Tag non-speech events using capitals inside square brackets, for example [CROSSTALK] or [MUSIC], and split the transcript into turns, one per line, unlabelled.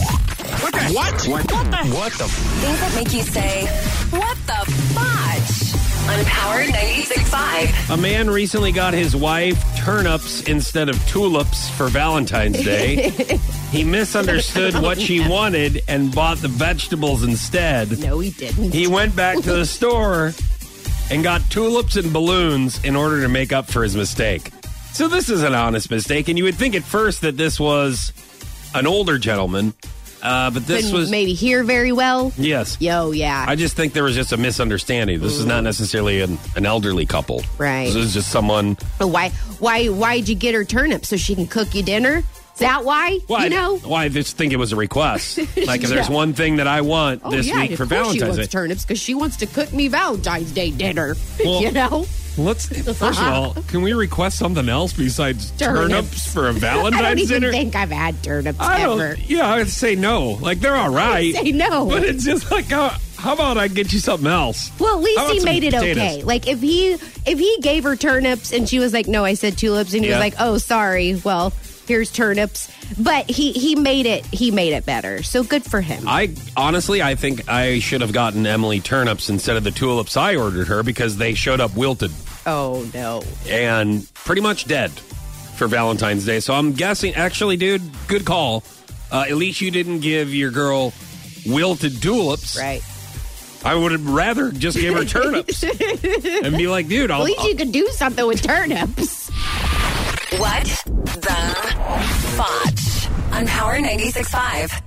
What the? What? What, the? What the?
Things that make you say, what the fudge? On Power 96.5.
A man recently got his wife turnips instead of tulips for Valentine's
[LAUGHS]
Day. he misunderstood what she wanted and bought the vegetables instead.
No, he didn't.
He went back to the store and got tulips and balloons in order to make up for his mistake. So this is an honest mistake, and you would think at first that this was an older gentleman, uh, but this
Couldn't
was
maybe hear very well.
yes.
Yo, yeah. Mm.
I just think there was just a misunderstanding. This is not necessarily an, an elderly couple.
Right.
This is just someone.
But why? Why? Why'd you get her turnips so she can cook you dinner? Is that why?
Well, I-
you know.
well, I just think it was a
[LAUGHS]
request. Like, if there's
Yeah.
one thing that I want
Oh
this
yeah,
week
of
for
course she
Valentine's
wants
Day.
turnips because she wants to cook me Valentine's Day dinner. [LAUGHS]
Well-
you know.
Let's first of all, can we request something else besides turnips,
Turnips. [LAUGHS]
for a
I don't
Valentine's
even
dinner?
think I've had turnips
I don't.
ever.
Yeah, I'd say no. Like they're all right.
say no.
But it's just like, how, how about I get you something else?
Well, at
How
least
about
he
some
made it
potatoes?
okay. Like if he if he gave her turnips and she was like, "No, I said tulips," and he
Yeah.
was like, "Oh, sorry. Well, here's turnips." But he he made it he made it better. So good for him.
I honestly, I think I should have gotten Emily turnips instead of the tulips I ordered her because they showed up wilted
oh no.
and pretty much dead for Valentine's Day. So I'm guessing, actually, dude, good call. Uh, at least you didn't give your girl wilted tulips.
Right.
I would have rather just
[LAUGHS]
gave her turnips and be like, dude, I'll,
At least you could do something with turnips.
What the fudge? On Power 96.5.